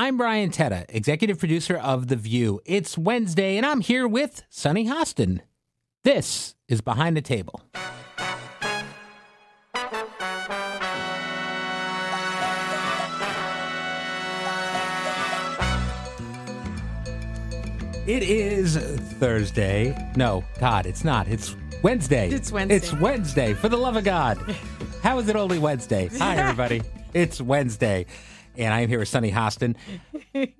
I'm Brian Tetta, executive producer of The View. It's Wednesday, and I'm here with Sonny Hostin. This is Behind the Table. It is Thursday. No, God, it's not. It's Wednesday. It's Wednesday. It's Wednesday. For the love of God. How is it only Wednesday? Hi, everybody. it's Wednesday. And I am here with Sunny Hostin.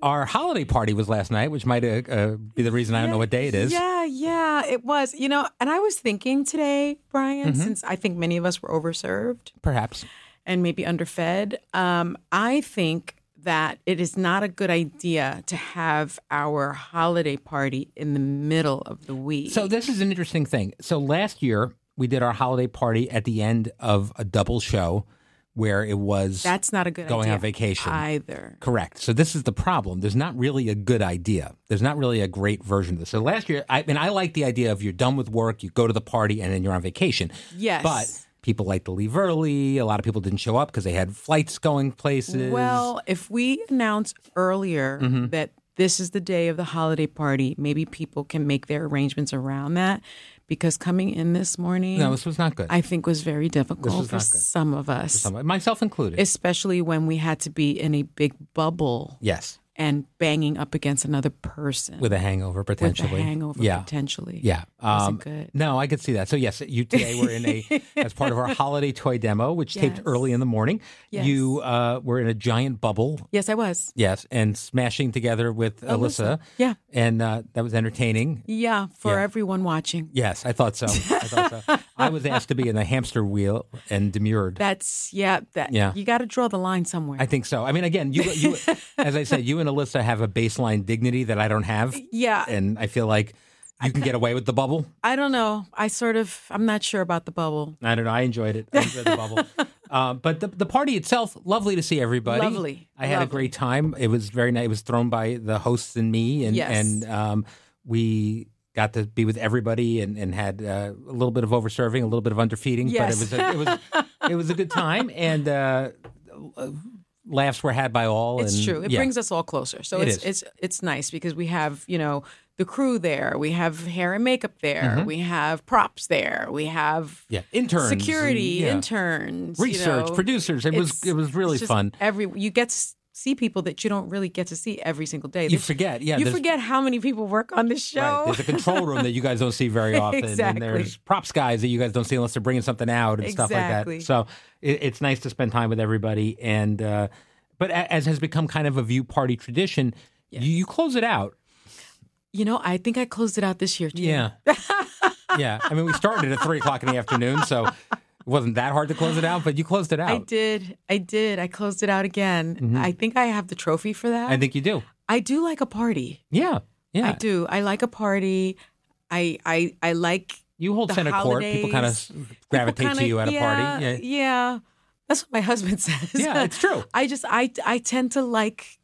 Our holiday party was last night, which might uh, uh, be the reason I don't know what day it is. Yeah, yeah, it was. You know, and I was thinking today, Brian, Mm-hmm. since I think many of us were overserved Perhaps. and maybe underfed, um, I think that it is not a good idea to have our holiday party in the middle of the week. So this is an interesting thing. So last year we did our holiday party at the end of a double show where it was that's not a good going idea. on vacation. either. Correct. So this is the problem. There's not really a good idea. There's not really a great version of this. So last year, I mean, I like the idea of you're done with work, you go to the party, and then you're on vacation. Yes. But people like to leave early. A lot of people didn't show up because they had flights going places. Well, if we announce earlier Mm-hmm. that this is the day of the holiday party, maybe people can make their arrangements around that. Because coming in this morning, no, this was not good. I think was very difficult was for not good. some of us, Some- myself included. especially when we had to be in a big bubble yes, and banging up against another person with a hangover with a potentially. hangover Yeah. potentially. Yeah. Um, Wasn't good. No, I could see that. So yes, you today were in a as part of our holiday toy demo, which taped Yes. early in the morning. Yes. You uh, were in a giant bubble. Yes, I was. Yes, and smashing together with Alyssa. Oh, Yeah. And uh, that was entertaining. Yeah, for Yeah. everyone watching. Yes, I thought so. I thought so. I was asked to be in the hamster wheel and demurred. That's yeah, that Yeah. you got to draw the line somewhere. I think so. I mean, again, you, you, as I said, you and Alyssa have a baseline dignity that I don't have, yeah, and I feel like you can get away with the bubble. I don't know. I sort of I'm not sure about the bubble. I don't know. I enjoyed it. I enjoyed the bubble. Uh, but the, the party itself, lovely to see everybody. Lovely. I had a Lovely. great time. It was very nice. It was thrown by the hosts and me, and Yes. and um, we got to be with everybody and and had uh, a little bit of overserving, a little bit of underfeeding. Yes. But it was a, it was it was a good time, and uh, laughs were had by all. It's and, true. It yeah. brings us all closer. So It it's is. it's it's nice because we have, you know, the crew there, we have hair and makeup there, Mm-hmm. we have props there, we have Yeah. Interns and- security, yeah. interns, you research know. producers. It was It's- it was really it's just fun. Every you get to see people that you don't really get to see every single day. You forget, yeah. you there's- forget how many people work on this Right. show. There's a control room that you guys don't see very often, Exactly. and there's props guys that you guys don't see unless they're bringing something out and stuff Exactly. like that. So it, it's nice to spend time with everybody. And uh, but a, as has become kind of a view party tradition, you, you close it out. you know, I think I closed it out this year too. Yeah, yeah. I mean, we started at three o'clock in the afternoon, so it wasn't that hard to close it out. But you closed it out. I did. I did. I closed it out again. Mm-hmm. I think I have the trophy for that. I think you do. I do like a party. Yeah, yeah. I do. I like a party. I I I like You hold The center court. People kind holidays. of gravitate kinda- to you at yeah, a party. Yeah. yeah. That's what my husband says. Yeah, it's true. I just I I tend to like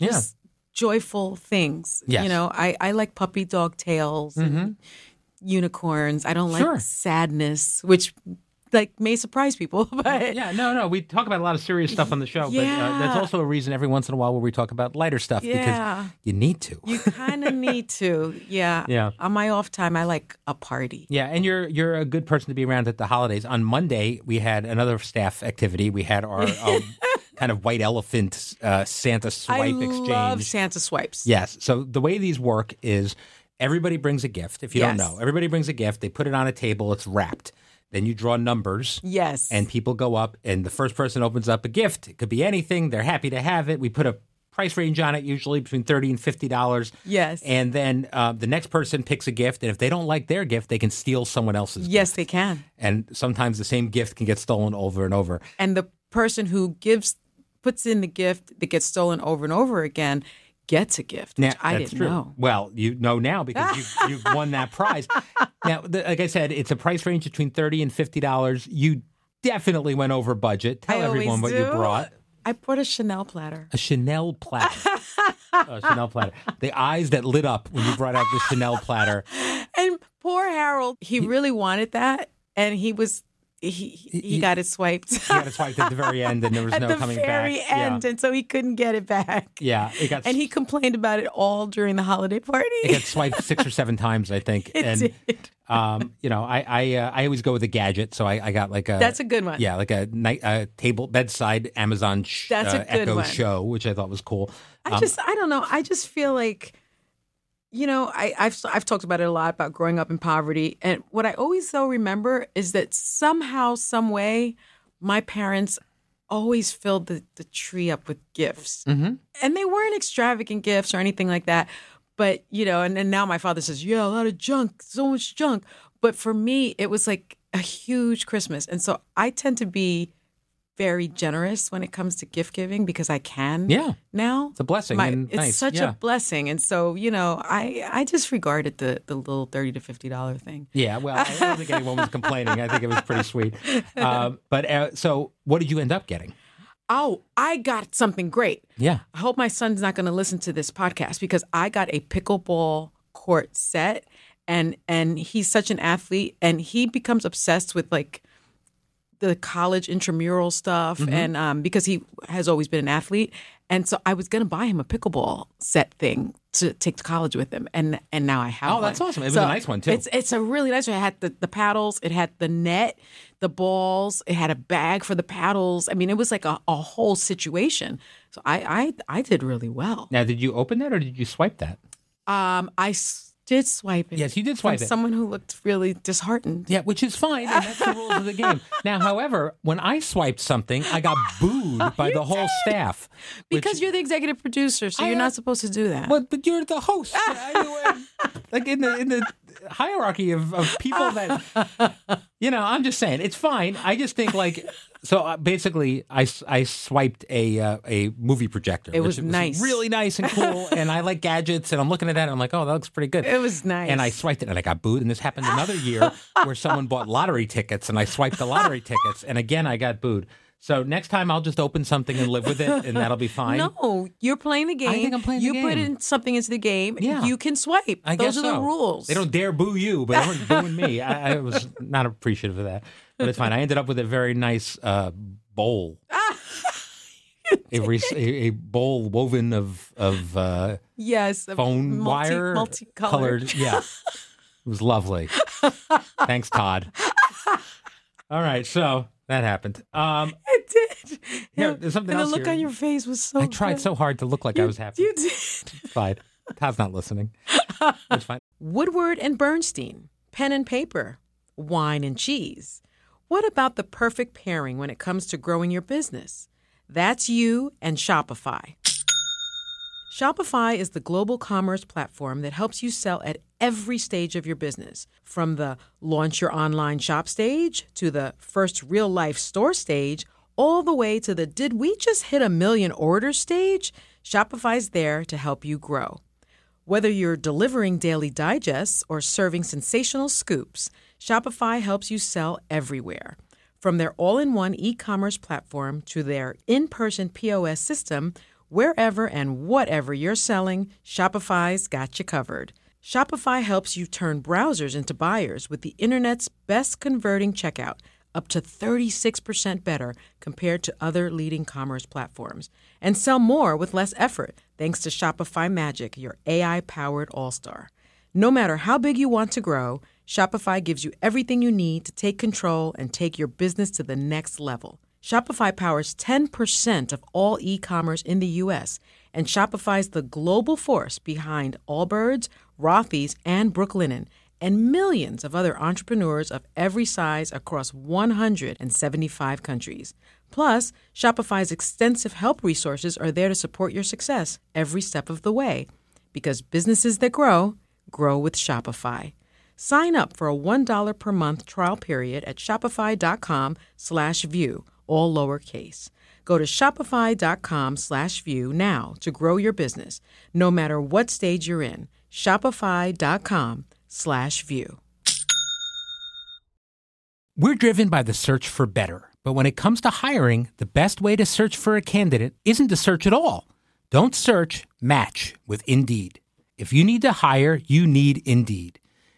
Yeah. just joyful things. Yes. Mm-hmm. You know, I I like puppy dog tails and unicorns. I don't like Sure. sadness, which like may surprise people, but Yeah, no, no. We talk about a lot of serious stuff on the show, but uh, Yeah. that's also a reason every once in a while where we talk about lighter stuff Yeah. because you need to. you kind of need to. Yeah. Yeah. On my off time, I like a party. yeah, and you're you're a good person to be around at the holidays. On Monday, we had another staff activity. We had our um, kind of white elephant uh, Santa swipe I exchange. love Santa swipes. Yes. So the way these work is everybody brings a gift. If you don't Yes. know, everybody brings a gift. They put it on a table. It's wrapped. Then you draw numbers. Yes. and people go up and the first person opens up a gift it could be anything they're happy to have it we put a price range on it usually between 30 and 50 dollars Yes. and then uh, the next person picks a gift and if they don't like their gift they can steal someone else's yes, they can. and sometimes the same gift can get stolen over and over and the person who gives puts in the gift that gets stolen over and over again gets a gift, Now, which I that's didn't true. know. Well, you know now because you, you've won that prize. Now, the, like I said, it's a price range between thirty and fifty dollars. You definitely went over budget. Tell I always everyone what you do. brought. I brought a Chanel platter. A Chanel platter. a Chanel platter. The eyes that lit up when you brought out the Chanel platter. And poor Harold, he really wanted that, and he was he he, he got it swiped You got to swipe at the very end, and there was at no the coming very back. end, and so he couldn't get it back. Yeah, yeah. It got And he complained about it all during the holiday party. it got swiped six or seven times, I think. It and did. um, you know, I I, uh, I always go with a gadget, so I, I got like a That's a good one. Yeah, like a night a table bedside Amazon sh- That's a uh, good Echo one. show, which I thought was cool. I just, I don't know. I just feel like, you know, I, I've I've talked about it a lot about growing up in poverty, and what I always though remember is that somehow, some way, my parents always filled the, the tree up with gifts, and they weren't extravagant gifts or anything like that. But you know, and, and now my father says, "Yeah, a lot of junk, so much junk." But for me, it was like a huge Christmas, and so I tend to be very generous when it comes to gift giving because I can. Yeah. Now It's a blessing my- and it's nice, such yeah. a blessing, and so you know, I I just regarded the the little thirty to fifty dollar thing. Yeah, well, I don't think anyone was complaining. I think it was pretty sweet. Um, but uh, so, what did you end up getting? Oh, I got something great. Yeah, I hope my son's not going to listen to this podcast because I got a pickleball court set, and and he's such an athlete, and he becomes obsessed with like the college intramural stuff, Mm-hmm. and um, because he has always been an athlete, and so I was going to buy him a pickleball set thing to take to college with him, and and now I have. Oh, that's one. awesome. It was a nice one, too. It's it's a really nice one. It had the, the paddles, it had the net, the balls, it had a bag for the paddles. I mean, it was like a, a whole situation. So I, I I did really well. Now, did you open that or did you swipe that? Um, I s- did swipe it. Yes, you did swipe from it. Someone who looked really disheartened. Yeah, which is fine. And that's the rules of the game. Now, however, when I swiped something, I got booed by the whole staff. which- Because you're the executive producer, so I you're am- not supposed to do that. But but you're the host, I- I- like in the in the hierarchy of, of people that you know. I'm just saying it's fine. I just think like so. uh, Basically, I, s- I swiped a uh, a movie projector. It was nice. really nice and cool. and I like gadgets, and I'm looking at that, and I'm like, oh, that looks pretty good. It was nice. And I swiped it, and I got booed. And this happened another year where someone bought lottery tickets, and I swiped the lottery tickets, and again I got booed. So next time I'll just open something and live with it, and that'll be fine. no, you're playing the game. think I'm playing the you put game. in something into the game. Yeah. You can swipe. I Those guess are the so. rules. They don't dare boo you, but they weren't booing me. I, I was not appreciative of that, but it's fine. I ended up with a very nice uh, bowl, a, re- a, a bowl woven of of uh, Yes. a phone multi- wire, Multicolored. colored- Yeah, it was lovely. Thanks, Todd. All right, so that happened. Um, It did. Here, there's something and else the look here. on your face was so. I tried good. so hard to look like I was happy. You did. It's fine. Todd's not listening. It's fine. Woodward and Bernstein, pen and paper, wine and cheese. What about the perfect pairing when it comes to growing your business? That's you and Shopify. Shopify is the global commerce platform that helps you sell at every stage of your business, from the launch your online shop stage to the first real life store stage, all the way to the did we just hit a million orders stage? Shopify's there to help you grow. Whether you're delivering daily digests or serving sensational scoops, Shopify helps you sell everywhere. From their all in one e commerce platform to their in person POS system, wherever and whatever you're selling, Shopify's got you covered. Shopify helps you turn browsers into buyers with the internet's best converting checkout, up to 36% better compared to other leading commerce platforms. And sell more with less effort thanks to Shopify Magic, your AI powered all star. No matter how big you want to grow, Shopify gives you everything you need to take control and take your business to the next level. Shopify powers 10% of all e commerce in the US, and Shopify's the global force behind Allbirds, Rothy's, and Brooklinen, and millions of other entrepreneurs of every size across 175 countries. Plus, Shopify's extensive help resources are there to support your success every step of the way because businesses that grow grow with Shopify. Sign up for a $1 per month trial period at shopify.com slash view, all lowercase. Go to shopify.com slash view now to grow your business, no matter what stage you're in. Shopify.com slash view. We're driven by the search for better. But when it comes to hiring, the best way to search for a candidate isn't to search at all. Don't search, match with Indeed. If you need to hire, you need Indeed.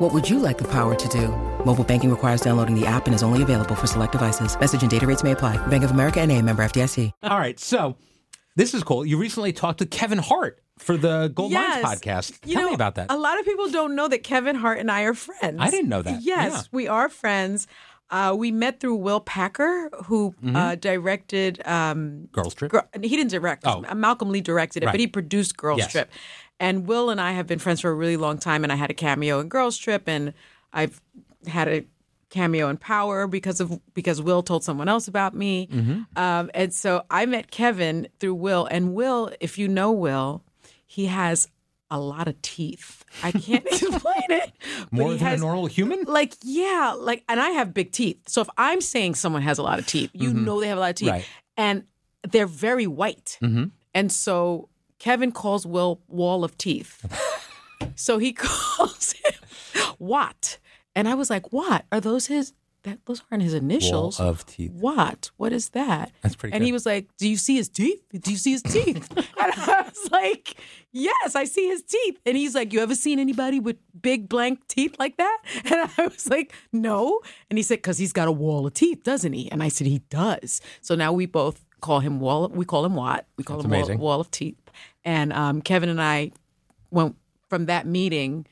What would you like the power to do? Mobile banking requires downloading the app and is only available for select devices. Message and data rates may apply. Bank of America and a member FDIC. All right, so this is cool. You recently talked to Kevin Hart for the Gold Yes. Mines podcast. You Tell know, me about that. A lot of people don't know that Kevin Hart and I are friends. I didn't know that. Yes, Yeah. we are friends. Uh, we met through Will Packer, who Mm-hmm. uh, directed. Um, Girls Trip. Gr- he didn't direct. Oh. Uh, Malcolm Lee directed it, Right. but he produced Girls Yes. Trip. And Will and I have been friends for a really long time, and I had a cameo in Girls Trip, and I've had a cameo in Power because of because Will told someone else about me. Mm-hmm. Um, and so I met Kevin through Will, and Will, if you know Will, he has a lot of teeth. I can't explain it. but More he than has- a normal human? like yeah like and i have big teeth so if i'm saying someone has a lot of teeth you know they have a lot of teeth Mm-hmm. Right. Mm-hmm. and they're very white and so kevin calls will wall of teeth so he calls him watt and i was like watt are those his that those aren't his initials Wall of teeth. Watt, what is that? That's pretty And he good. was like, Do you see his teeth? Do you see his teeth? and I was like, Yes, I see his teeth. And he's like, You ever seen anybody with big blank teeth like that? And I was like, No. And he said, Because he's got a wall of teeth, doesn't he? And I said, He does. So now we both call him Wall we call him Watt. We call him wall, amazing. wall of Teeth. And um, Kevin and I went from that meeting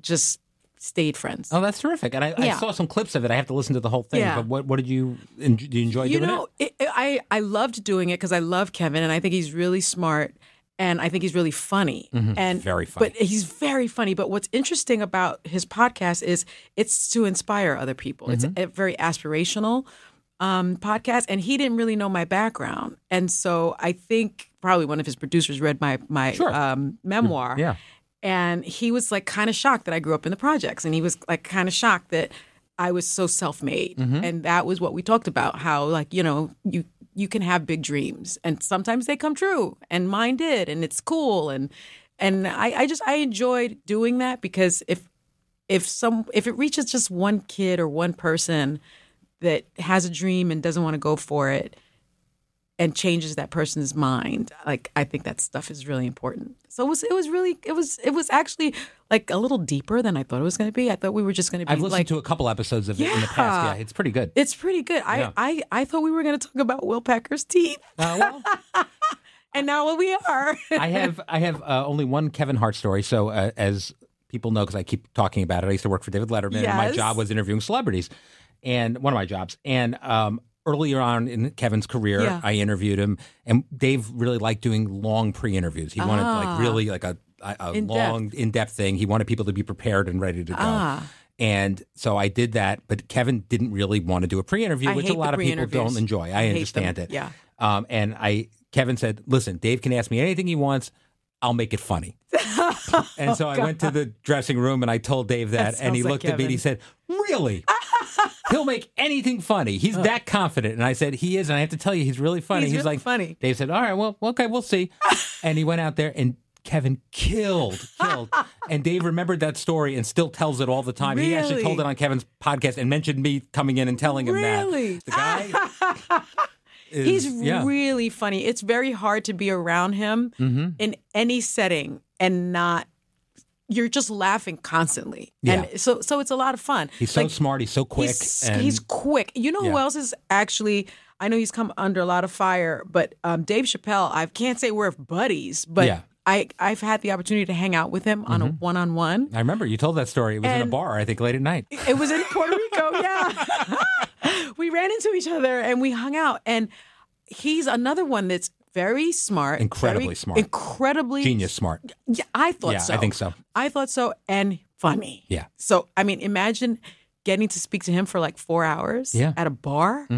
just stayed friends. Oh, that's terrific. And I, Yeah. I saw some clips of it. I have to listen to the whole thing. Yeah. But what, what did you, en- did you enjoy you doing know it? i i loved doing it because i love kevin and i think he's really smart and i think he's really funny and Mm-hmm. Very funny. but he's very funny but what's interesting about his podcast is it's to inspire other people it's Mm-hmm. a very aspirational um, podcast and he didn't really know my background and so i think probably one of his producers read my my Sure. um, memoir it? Yeah. and he was like kind of shocked that I grew up in the projects, and he was like kind of shocked that I was so self-made, and that was what we talked about. How like you know you you can have big dreams, and sometimes they come true, and mine did, and it's cool, and and I, I just I enjoyed doing that because if if some if it reaches just one kid or one person that has a dream and doesn't want to go for it and changes that person's mind like i think that stuff is really important so it was it was really it was it was actually like a little deeper than i thought it was going to be i thought we were just going to be I've listened like to a couple episodes of it in the past. Yeah. Yeah, it's pretty good. it's pretty good Yeah. i i i thought we were going to talk about will packer's teeth Uh, well, and now we are I have I have uh, only one Kevin Hart story. So uh, as people know, because I keep talking about it, I used to work for David Letterman, and my Yes. job was interviewing celebrities, and one of my jobs. And um, earlier on in Kevin's career, Yeah. I interviewed him, and Dave really liked doing long pre-interviews. He wanted Ah. like really like a a, a In-depth. long in-depth thing. He wanted people to be prepared and ready to go. Ah. And so I did that, but Kevin didn't really want to do a pre-interview, I which hate a the lot of people pre-interviews. don't enjoy. I I hate them. understand it. Yeah. Um, and I Kevin said, "Listen, Dave can ask me anything he wants. I'll make it funny. and so I went to the dressing room and I told Dave that, Oh, That and he sounds like looked at me and he said, Really? He'll make anything funny. He's that confident. And I said, He is. And I have to tell you, he's really funny. He's really like, funny. Dave said, All right, well, okay, we'll see. and he went out there and Kevin killed, killed. and Dave remembered that story and still tells it all the time. He actually Really? told it on Kevin's podcast and mentioned me coming in and telling him Really? that. The guy. is- He's yeah. really funny. It's very hard to be around him Mm-hmm. in any setting and not you're just laughing constantly. Yeah. And so so it's a lot of fun. He's so Like, smart. He's so quick. He's, and he's quick. You know who Yeah. else is actually I know he's come under a lot of fire, but um, Dave Chappelle, I can't say we're buddies, but Yeah. Mm-hmm. I, I've had the opportunity to hang out with him on a one on one. I remember you told that story. It was in a And- bar, I think, late at night. It was in Puerto Rico, yeah. we ran into each other and we hung out. And he's another one that's very smart, Incredibly very- smart. incredibly Genius smart. Yeah, I thought Yeah, so. I think so. I thought so, and funny. Yeah. So I mean, imagine getting to speak to him for like four hours. Yeah. Mm-hmm. At a bar.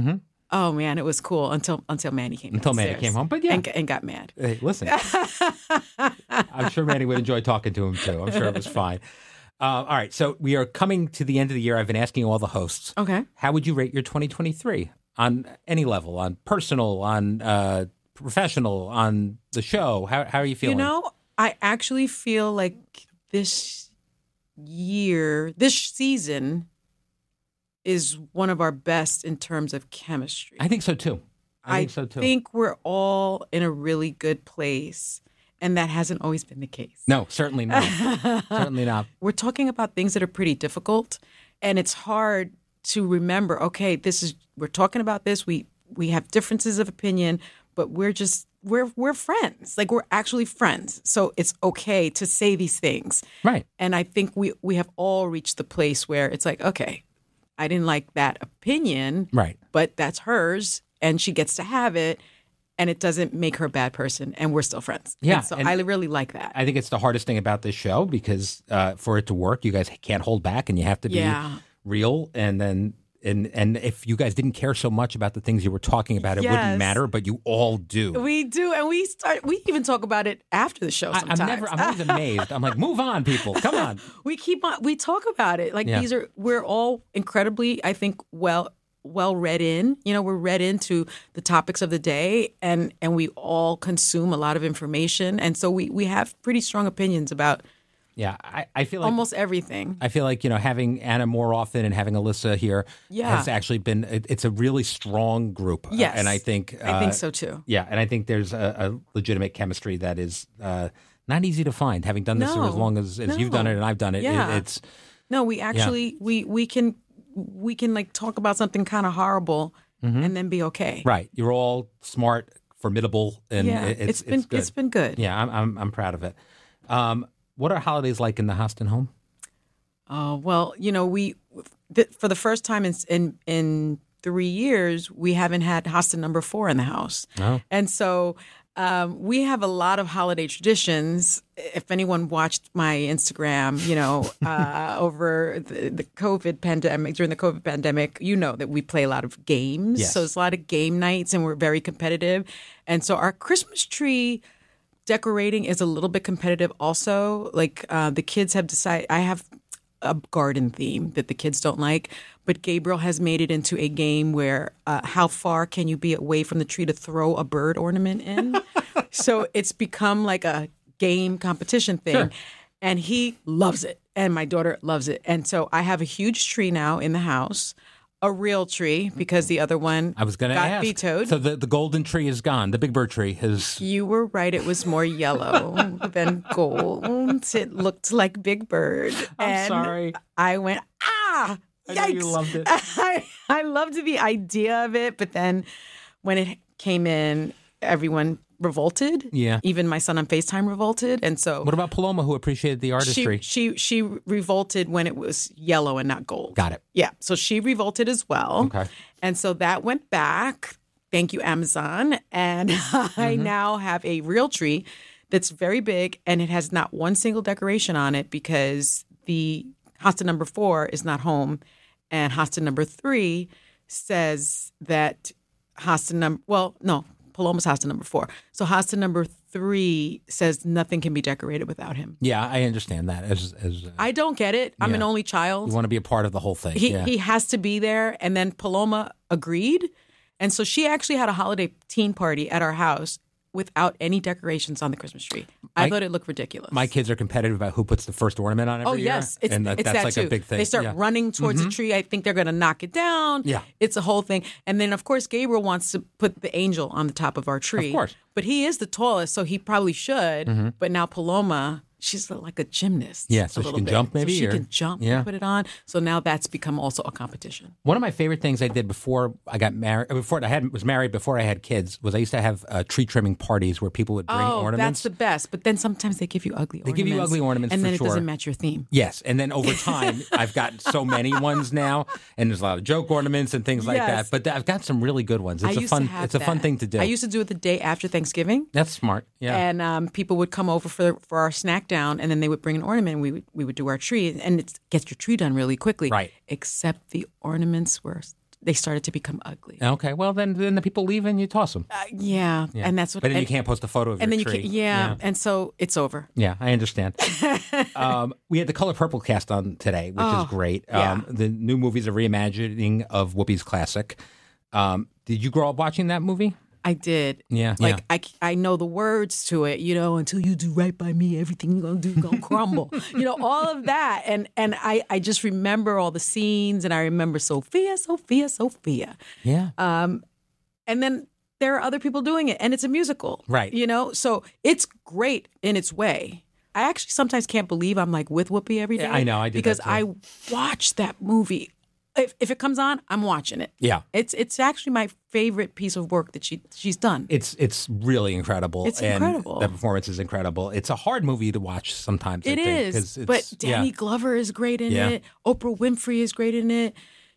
Oh man, it was cool until until Manny came Until Manny downstairs came home, but yeah. and, and got mad. Hey, listen. I'm sure Manny would enjoy talking to him too. I'm sure it was fine. Uh, all right, so we are coming to the end of the year. I've been asking all the hosts. Okay. How would you rate your 2023 on any level, on personal, on uh, professional, on the show? How, how are you feeling? You know, I actually feel like this year, this season is one of our best in terms of chemistry. I think so too. I, think so too. think we're all in a really good place, and that hasn't always been the case. no, certainly not. certainly not. We're talking about things that are pretty difficult, and it's hard to remember, okay, this is we're talking about this, we we have differences of opinion, but we're just we're we're friends. Like we're actually friends. So it's okay to say these things. Right. And I think we we have all reached the place where it's like, okay, I didn't like that opinion, Right. but that's hers, and she gets to have it, and it doesn't make her a bad person, and we're still friends. And Yeah, so and- I really like that. I think it's the hardest thing about this show because uh, for it to work, you guys can't hold back and you have to be Yeah. real. And then, and and if you guys didn't care so much about the things you were talking about, it Yes. wouldn't matter. But you all do. we do, and we start. We even talk about it after the show. I, I'm Sometimes never. I'm always amazed. I'm like, move on, people. Come on. we keep on. We talk about it. Like Yeah. these are. We're all incredibly, I think, well, well read in. You know, we're read into the topics of the day, and and we all consume a lot of information, and so we we have pretty strong opinions about Yeah, I, I feel like almost everything. I feel like you know having Anna more often and having Alyssa here Yeah. has actually been. It, it's a really strong group. Uh, Yes. and I think uh, I think so too. Yeah, and I think there's a, a legitimate chemistry that is uh, not easy to find. Having done this for as No. long as, as you've done No. it and I've done it, it- Yeah. it's No, we actually we we can we can like talk about something kind of horrible and then be okay. Mm-hmm. right. You're all smart, formidable, and Yeah, it- it's, it's been good. it's been good. yeah, I'm, I'm I'm proud of it. Um, what are holidays like in the Hostin home? Oh well, you know we th- for the first time in in in three years we haven't had hostin number four in the house, and so. Um, we have a lot of holiday traditions. If anyone watched my Instagram, you know, uh, over the, the COVID pandemic, during the COVID pandemic, you know that we play a lot of games. Yes. So it's a lot of game nights and we're very competitive. And so our Christmas tree decorating is a little bit competitive also like uh, the kids have decided i have a garden theme that the kids don't like but gabriel has made it into a game where uh, how far can you be away from the tree to throw a bird ornament in so it's become like a game competition thing and he loves it and my daughter loves it and so i have a huge tree now in the house a real tree because the other one I was going to got ask. vetoed So the, the golden tree is gone. The big bird tree is. you were right. It was more yellow than gold. It looked like Big Bird. I'm And sorry. I went, ah, I know yikes. you loved it. I, I loved the idea of it, but then when it came in, everyone revolted. Yeah. Even my son on FaceTime revolted. And so What about Paloma, who appreciated the she, artistry? she, she revolted when it was yellow and not gold. Got it. Yeah. So she revolted as well. Okay. And so that went back. Thank you, Amazon. And I Mm-hmm. now have a real tree that's very big and it has not one single decoration on it because the hosta number four is not home. And hosta number three says that hosta number, well, no, Paloma's hosta number four. So hosta number three says nothing can be decorated without him. Yeah, I understand that. As as uh, I don't get it. I'm an Yeah. only child. you want to be a part of the whole thing. he yeah. he has to be there and then paloma agreed and so she actually had a holiday teen party at our house without any decorations on the christmas tree i My- thought it looked ridiculous My kids are competitive about who puts the first ornament on every Oh year. yes, it's, and that, it's that's that like too. a big thing. They start yeah. Mm-hmm. running towards the tree. I think they're going to knock it down. Yeah. it's a whole thing. And then of course Gabriel wants to put the angel on the top of our tree. course. Mm-hmm. but he is the tallest, so he probably should. But now Paloma, she's like a gymnast. Yeah, so a she little can bit. jump So maybe, she or- can jump. yeah. Yeah, put it on. So now that's become also a competition. One of my favorite things I did before I got married, before I had was married, before I had kids, was I used to have uh, tree trimming parties where people would bring oh, ornaments. that's the best. But then sometimes they give you ugly. They give you ugly ornaments and for then it sure. doesn't match your theme. Yes, and then over time, I've got so many ones now, and there's a lot of joke ornaments and things like Yes. that. But th- I've got some really good ones. I It's a used fun, to have it's a fun that. thing to do. I used to do it the day after Thanksgiving. that's smart. Yeah, and um, people would come over for for our snack down, and then they would bring an ornament. And we would we would do our tree, and it gets your tree done really quickly. Right. Except the ornaments were they started to become ugly. Okay, well then, then the people leave and you toss them. Uh, yeah. and that's what. but then and, you can't post a photo of and your then you tree. can, yeah, and so it's over. yeah, I understand. um, we had the Color Purple cast on today, which Oh, is great. Um, The new movie's a reimagining of Whoopi's classic. Um, did you grow up watching that movie? I did. Yeah, Like yeah. I c I I, know the words to it, you know, until you do right by me, everything you're going to do going to crumble. you know, all of that. And and I I just remember all the scenes and I remember Sophia, Sophia, Sophia. Yeah, Uh, and then there are other people doing it and it's a musical Right. you know so it's great in its way i actually sometimes can't believe i'm like with whoopi every day Yeah, I know, I did that because too. i watch that movie if, if it comes on i'm watching it yeah. it's it's actually my favorite piece of work that she she's done It's it's really incredible. It's and incredible. The performance is incredible. It's a hard movie to watch sometimes. I It think, is, 'cause it's- but yeah. danny glover is great in Yeah. it oprah winfrey is great in it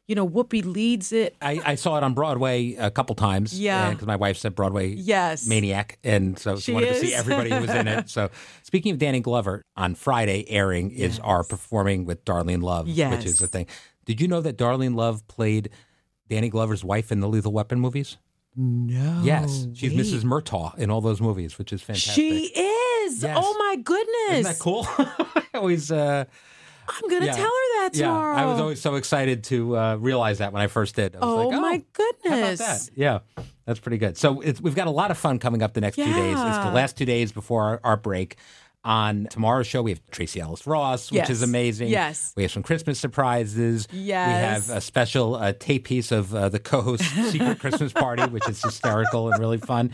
you know whoopi leads it I, I saw it on Broadway a couple times. Yeah. because my wife's a Broadway Yes. maniac, and so she, She wanted to see is. everybody who was in it. So, speaking of Danny Glover, on Friday airing is our performing with Darlene Love, which Yes. is the thing. Did you know that Darlene Love played Danny Glover's wife in the Lethal Weapon movies? no yes, she's Mrs. Murtaugh in all those movies, which is fantastic. she is Yes. oh my goodness Isn't that cool? I always. Uh, i'm gonna Yeah. tell her that tomorrow Yeah, I was always so excited to uh, realize that when I first did. I was Oh, like, my How about goodness. that? Yeah, that's pretty good. So it's, we've got a lot of fun coming up the next few days. It's the Yeah. last two days before our, our break. On tomorrow's show, we have Tracy Ellis Ross, which Yes. is amazing. Yes. We have some Christmas surprises. Yes. We have a special uh, tape piece of uh, the co host's secret Christmas party, which is hysterical and really fun.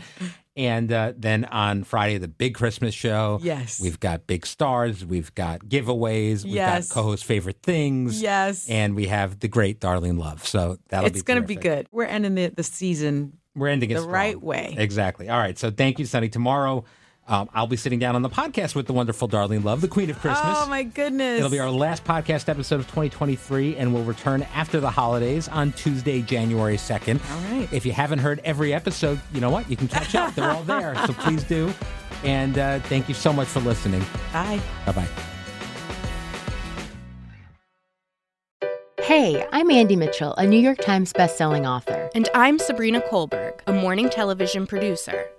And uh, then on Friday, the big Christmas show. Yes. We've got big stars. We've got giveaways. We've Yes. got co host favorite things. Yes. And we have the great Darlene Love. So that'll be it's going to be terrific. good. We're ending the, the season. We're ending it The strong. right way. Exactly. All right. So thank you, Sunny. Tomorrow, um, I'll be sitting down on the podcast with the wonderful Darlene Love, the Queen of Christmas. Oh my goodness. It'll be our last podcast episode of 2023, and we'll return after the holidays on Tuesday, January 2nd. All right. If you haven't heard every episode, you know what? You can catch up. They're all there. So please do. And uh, thank you so much for listening. Bye. Bye bye. Hey, I'm Andy Mitchell, a New York Times bestselling author. And I'm Sabrina Kohlberg, a morning television producer.